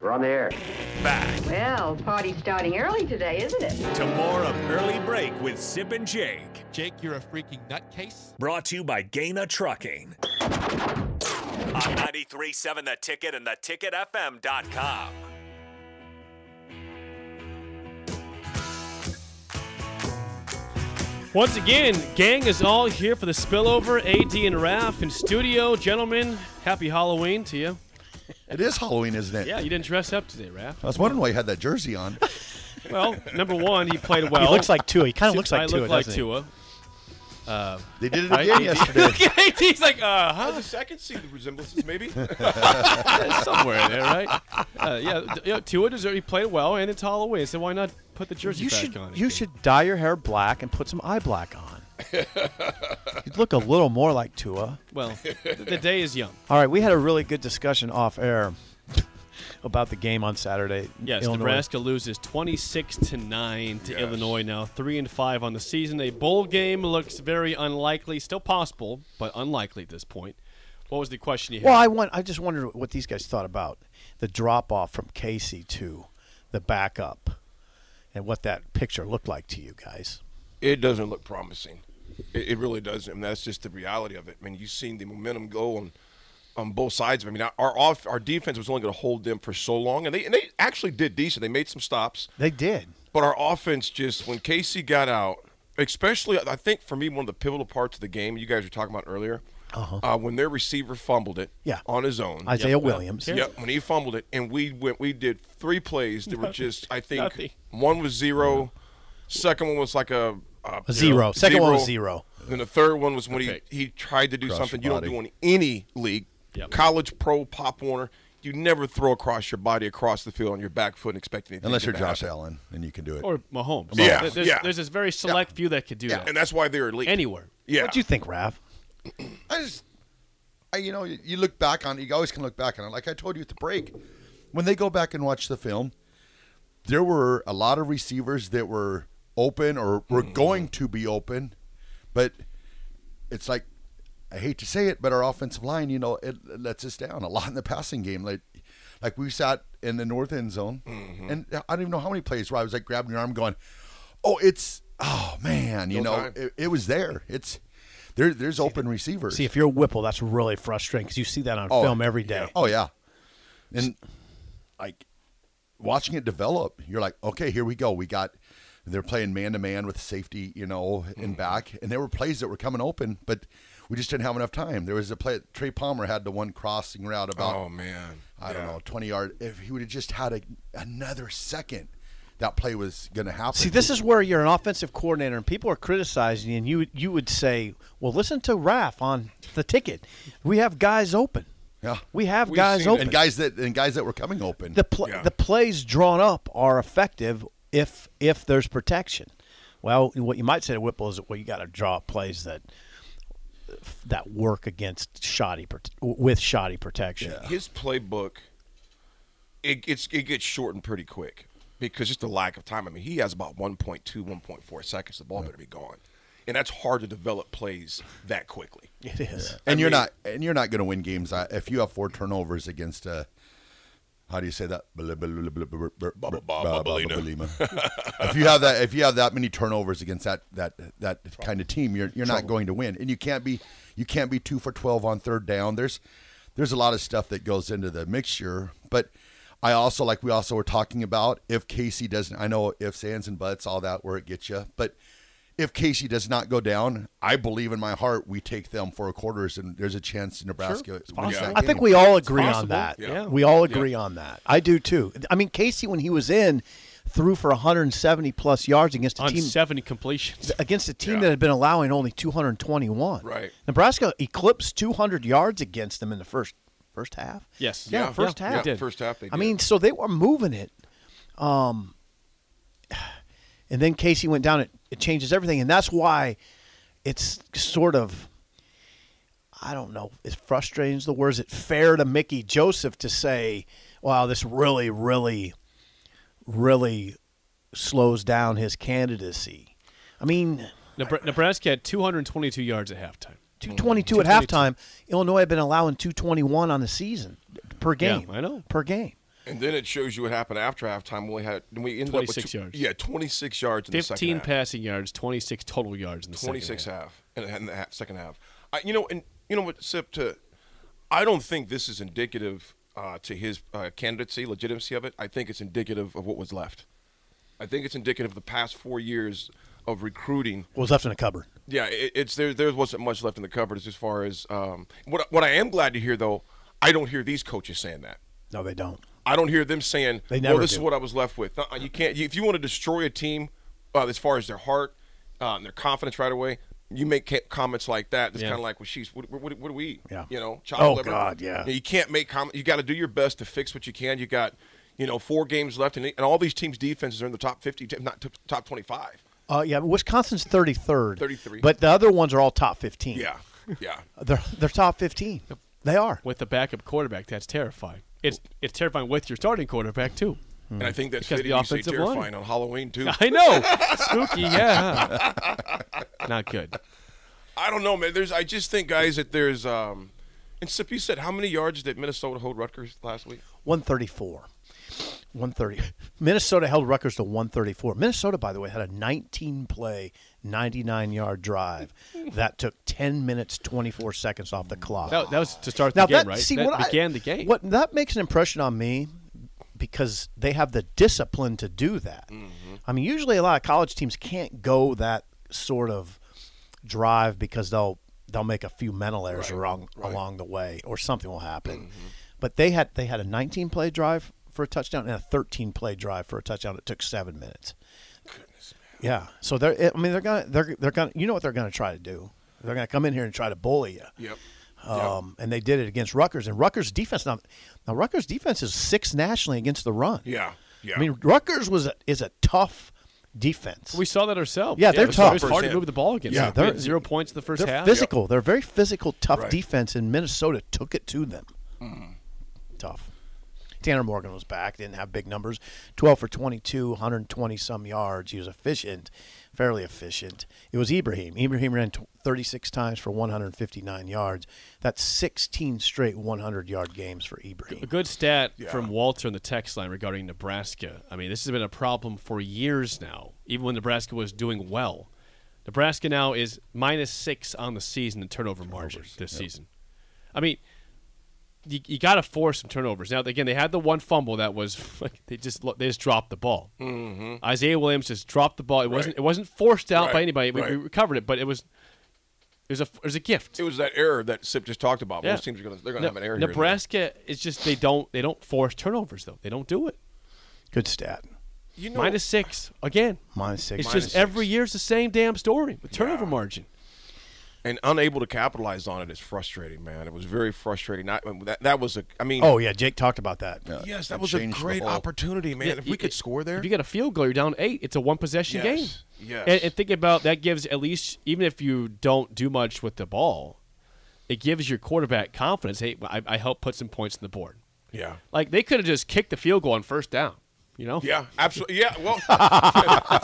We're on the air. Back Well, party's starting early today, isn't it? to more of Early Break with Sip and Jake. Jake, you're a freaking nutcase. Brought to you by Gaina Trucking. On 93.7 The Ticket and theticketfm.com. Once again, gang is all here for the spillover. AD and Raf in studio. Gentlemen, happy Halloween to you. It is Halloween, isn't it? Yeah, you didn't dress up today, Raf. I was wondering why you had that jersey on. Well, number one, he played well. He looks like Tua. He kind of looks I like Tua. look like doesn't he? Tua. They did it again yesterday. He's like, uh, huh? I can see the resemblances, maybe. Somewhere in there, right? Uh, yeah, d- yeah, Tua deserved. He played well, and it's Halloween, so why not put the jersey You back should on? you should dye your hair black and put some eye black on. You'd look a little more like Tua. Well, th- the day is young. All right, we had a really good discussion off air about the game on Saturday. Yes, Illinois. Nebraska loses 26 to 9 to Illinois now, 3 and 5 on the season. A bowl game looks very unlikely, still possible, but unlikely at this point. What was the question you had? Well, I want. I just wondered what these guys thought about the drop off from Casey to the backup, and what that picture looked like to you guys. it doesn't look promising. It, it really doesn't. And that's just the reality of it. I mean, you've seen the momentum go on on both sides. of it. I mean, our off, our defense was only going to hold them for so long, and they and they actually did decent. They made some stops, They did. but our offense just when Casey got out, especially I think for me one of the pivotal parts of the game you guys were talking about earlier, uh when their receiver fumbled it Yeah. on his own. Mm-hmm. Isaiah Williams. Yep, when he fumbled it, and we went, we did three plays that were just, I think, Nothing. one was zero, second one was like a, a, A zero. Second one was zero. Then the third one was when Okay. he, he tried to do Cross something your you don't body. do in any league, Yep. college, pro, pop Warner. You never throw across your body across the field on your back foot and expect anything. Unless to you're Josh happen. Allen, and you can do it. or Mahomes. Yeah, There- There's, yeah. there's this very select few that could do Yeah, that. and that's why they're elite. Anywhere. yeah. What do you think, Rav? I just, I, you know, you you look back on you always can look back on it. Like I told you at the break, when they go back and watch the film, there were a lot of receivers that were open or were Mm-hmm. going to be open, but it's like I hate to say it, but our offensive line, you know, it, it lets us down a lot in the passing game. Like, like we sat in the north end zone, Mm-hmm. and I don't even know how many plays where I was like grabbing your arm, going, "Oh, it's oh man," you No know, time. it, it was there. It's there. There's open receivers. See, if you're Whipple, that's really frustrating because you see that on Oh, film every day. Oh yeah, and like watching it develop, you're like, okay, here we go. We got they're playing man to man with safety, you know, Mm-hmm. and back, and there were plays that were coming open, but we just didn't have enough time. There was a play Trey Palmer had the one crossing route about Oh man. I don't Yeah. know twenty yard. If he would have just had a, another second, that play was going to happen. See, this is where you're an offensive coordinator, and people are criticizing you, and you you would say, "Well, listen to Raf on the ticket. We have guys open. Yeah. we have We've guys seen it. open. and guys that and guys that were coming open. the pl- Yeah. the plays drawn up are effective if if there's protection. Well, what you might say to Whipple is, well, you got to draw up plays that that work against shoddy prote- with shoddy protection. his playbook it gets it gets shortened pretty quick because just the lack of time. I mean, he has about 1.2, 1.4 seconds. The ball better be gone, and that's hard to develop plays that quickly. It is. and you're not and you're not going to win games uh, if you have four turnovers against a how do you say that if you have that if you have that many turnovers against that that that kind of team you're you're not going to win and you can't be you can't be 2 for 12 on third down there's there's a lot of stuff that goes into the mixture. But I also like we also were talking about if Casey doesn't. I know ifs, ands, and buts, all that where it gets you. But if Casey does not go down, I believe in my heart we take them for a quarters, and there's a chance Nebraska wins that I game. think we all agree on possible. that. Yeah. We all agree on that. I do too. I mean, Casey, when he was in, threw for 170 plus yards against a on team seventy completions. against a team Yeah. that had been allowing only 221. Right. Nebraska eclipsed 200 yards against them in the first first half. Yes. Yeah. Yeah, first yeah, half. yeah, first half they I did. mean, so they were moving it. Um. And then Casey went down. It, it changes everything, and that's why it's sort of. I don't know. It's frustrating. Is the word? Is it fair to Mickey Joseph to say, "Wow, this really, really, really slows down his candidacy"? I mean, Nebra- Nebraska had 222 yards at halftime. 222 222. at halftime. Illinois had been allowing 221 on the season per Yeah, game. I know. Per game. And then it shows you what happened after halftime. We had we ended up with 26 yards. Yeah, twenty six yards in the second 15 half. passing yards, 26 total yards in the twenty six second half. half and in the half, second half. I, you know, and you know what, Sip. To I don't think this is indicative uh, to his uh, candidacy legitimacy of it. I think it's indicative of what was left. I think it's indicative of the past four years of recruiting What was left in the cupboard? yeah, it, it's there. There wasn't much left in the cupboard as far as um, what. What I am glad to hear, though, I don't hear these coaches saying that. No, they don't. I don't hear them saying, They "Well, never this is do. what I was left with." Uh-uh, you can't. You, if you want to destroy a team, uh, as far as their heart, uh, and their confidence right away, you make ca- comments like that. It's Yeah. kind of like, "Well, she's what, what, what do we eat?" Yeah. You know, Oh, God, yeah. You can't make comment. You got to do your best to fix what you can. You got, you know, four games left, and, and all these teams' defenses are in the top fifty, if not t- top twenty-five. Uh, yeah, Wisconsin's 33rd. 33. But the other ones are all top 15. Yeah, yeah. They're, they're top 15. They are. With the backup quarterback, that's terrifying. It's it's terrifying with your starting quarterback too. Mm. And I think that's Because fitting the you say offensive line. terrifying on Halloween too. I know, spooky. Yeah, not good. I don't know, man. There's I just think guys that there's um and Sip, you said how many yards did Minnesota hold Rutgers last week? 134. 130. Minnesota held Rutgers to 134. Minnesota, by the way, had a 19 play, 99 yard drive that took 10 minutes, 24 seconds off the clock. That, that was to start the Now game, that right? see that what began I, the game. What that makes an impression on me because they have the discipline to do that. I mean, usually a lot of college teams can't go that sort of drive because they'll they'll make a few mental errors along along the way or something will happen. But they had they had a 19 play drive for a touchdown and a 13 play drive for a touchdown. It took seven minutes. Yeah. So they're I mean they're gonna they're they're gonna you know what they're gonna try to do. They're gonna come in here and try to bully you. Yep. Um, and they did it against Rutgers. And Rutgers defense now, now Rutgers defense is sixth nationally against the run. Yeah. Yeah. I mean Rutgers was a, is a tough defense. we saw that ourselves. Yeah, they're it was- it was tough. hard to move the ball against. Yeah, them. they're- We had zero points in the first they're half. physical. They're a very physical, tough Right. Mm-hmm. defense, and Minnesota took it to them. Tough. Tanner Morgan was back. Didn't have big numbers. Twelve for 22, 120 some yards. He was efficient, fairly efficient. It was Ibrahim. Ibrahim ran t- 36 times for 159 yards. That's 16 straight 100 yard games for Ibrahim. A good stat from Walter in the text line regarding Nebraska. I mean, this has been a problem for years now, even when Nebraska was doing well. Nebraska now is minus six on the season in turnover margin this season. I mean, you, you got to force some turnovers. Now, again, they had the one fumble that was like they just lo- they just dropped the ball. Mm-hmm. Isaiah Williams just dropped the ball. It wasn't it wasn't forced out by Right. anybody. We, we Right. recovered it, but it was it was a it was a gift. it was that error that Sip just talked about. Yeah. Most teams are gonna they're gonna Ne- have an error. here and there. Nebraska is just they don't they don't force turnovers though. They don't do it. Good stat. you know, Minus six again. Minus six. It's Minus just six. every year's the same damn story with turnover margin. and unable to capitalize on it is frustrating, man. It was very frustrating. I, that that was a I mean Oh yeah, Jake talked about that. yes, it that was a changed the great whole- opportunity, man. if we You- could score there. If you get a field goal, you're down eight. It's a one possession Yes, game. yes. And, and think about that gives at least even if you don't do much with the ball, it gives your quarterback confidence. Hey, I, I help put some points on the board. yeah. Like they could have just kicked the field goal on first down. You know. Yeah, absolutely. Yeah, well, think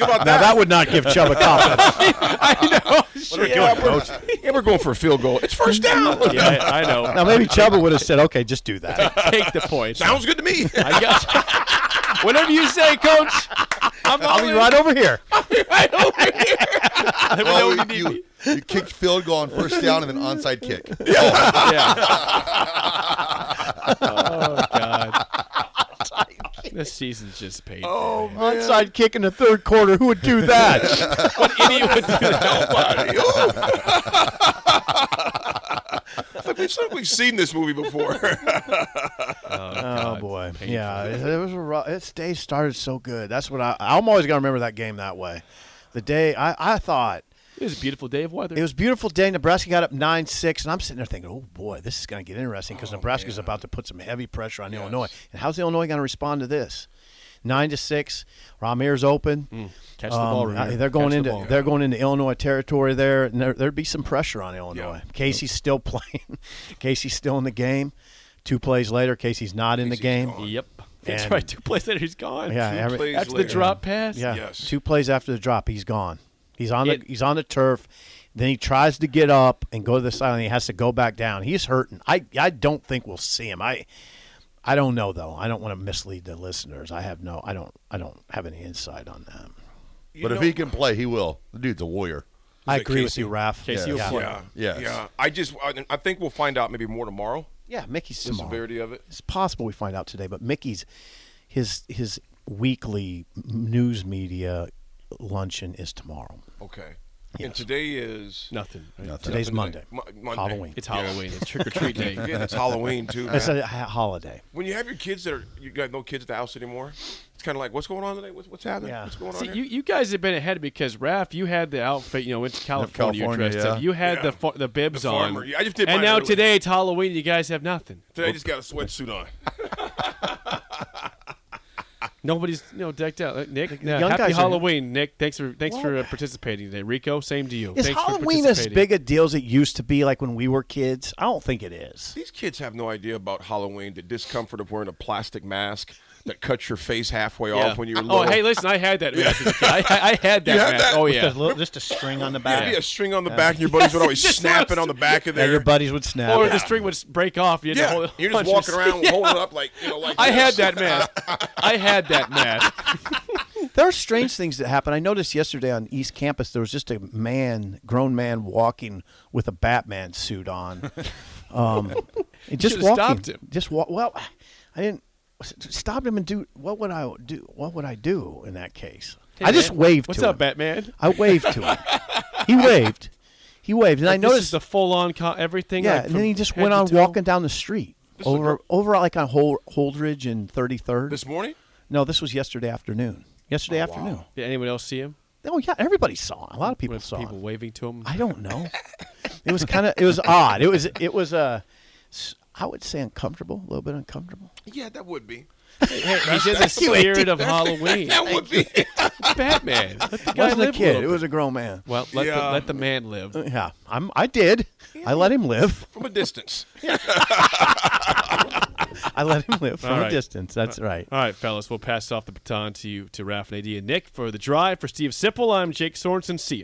about Now that. that would not give Chubb a confidence. yeah, we're, yeah, we're going for a field goal. It's first down. Yeah, I, I know. now maybe Chubb would have said, "Okay, just do that." Take the points. Sounds good to me. I got you. Whatever you say, coach. I'm I'll be right over here. Oh, you, you kicked field goal on first down and then onside kick. yeah. oh God. This season's just paid. Oh, Onside kick in the third quarter. Who would do that? what idiot would do that? It's like we've seen this movie before. oh boy. Yeah, it, it was a rough, this day started so good. That's what I. I'm always gonna remember that game that way. The day I, I thought It was a beautiful day of weather. It was a beautiful day. Nebraska got up nine six, and I'm sitting there thinking, "Oh boy, this is going to get interesting Oh, because Nebraska's about to put some heavy pressure on Illinois. And how's Illinois going to respond to this? Nine to six, Ramirez open. Catch the ball, Um, Ramirez. they're going Catch the into ball. they're going into Illinois territory there, and there, there'd be some pressure on Illinois. Casey's still playing. Casey's still in the game. Two plays later, Casey's not in the game. Yep. That's And- right. Two plays later, he's gone. Yeah, every- plays After the later. drop pass. Yeah. Yes. Two plays after the drop, he's gone. He's on the It- he's on the turf. Then he tries to get up and go to the side, and he has to go back down. He's hurting. I I don't think we'll see him. I I don't know though. I don't want to mislead the listeners. I have no. I don't. I don't have any insight on that. But if he can play, he will. The dude's a warrior. I it agree with Casey? you, Raph. Casey will yeah. play. yeah, Yes. yeah. I just, I, I think we'll find out maybe more tomorrow. Yeah, Mickey's The tomorrow. severity of it. It's possible we find out today, but Mickey's his his weekly news media luncheon is tomorrow. Okay. And today is Nothing. right? Today's Monday. Mo- Monday. Halloween. It's Halloween. It's trick or treat day. Yeah, it's Halloween too. It's man. a ha- holiday. when you have your kids that are, you got no kids at the house anymore. It's kind of like, what's going on today? What's, what's happening? Yeah. What's going on? See, here? you, you guys have been ahead because Raph, you had the outfit, you know, went to California, you California, dressed up. yeah. You had Yeah. the fa- the bibs The on. farmer. Yeah, I just did and mine now earlier. today it's Halloween. You guys have nothing. Today I just got a sweatsuit on. Nobody's you know decked out. Uh, Nick, no, young happy guys are- Halloween, Nick. Thanks for thanks for uh, participating today. Rico, same to you. Is thanks Halloween for as participating. big a deal as it used to be, like when we were kids? I don't think it is. These kids have no idea about Halloween. The discomfort of wearing a plastic mask that cuts your face halfway off when you're oh, little. hey, listen, I had that. mask as a kid. I, I, I had that. had mask. that? Oh With yeah. the little- just a string on the There'd back. be a string on the back, and your buddies would always snap it on the back of Yeah, there. your buddies would snap. Or it. the string would s- break off. You had to yeah, hold it- you're punch just it. walking around holding it up like you know, like I had that this. mask. I had that mask. there are strange things that happen. I noticed yesterday on East Campus there was just a man, grown man, walking with a Batman suit on. Um, and just should've walking, stopped him. just walk. Well, I didn't stop him and do what would I do? What would I do in that case? I just man, waved. What's to up, him. Batman? I waved to him. He waved. He waved, and I Like, this noticed is the full on co- everything. Yeah, like, and then from he just head went to on toe? walking down the street over over like on Hol- Holdridge and 33rd. this morning. no, this was yesterday afternoon. Yesterday Oh, afternoon. Did anyone else see him? Oh yeah, everybody saw. it. A lot of people With saw. it. people waving to him. I don't know. it was kind of it was odd. It was it was uh, s- I would say uncomfortable, a little bit uncomfortable. Yeah, that would be. He's in the spirit of Halloween. That would be. It's Batman. Let the It guy wasn't a live kid. little it was a grown man. bit. well. Let, the, Yeah. let the man live. Yeah, I'm. I did. I let him live. from a distance. I let him live from All a right. distance. That's right. All right, fellas, we'll pass off the baton to you, to Raf and AD and Nick for the drive. For Steve Sipple, I'm Jake Sorensen. See ya.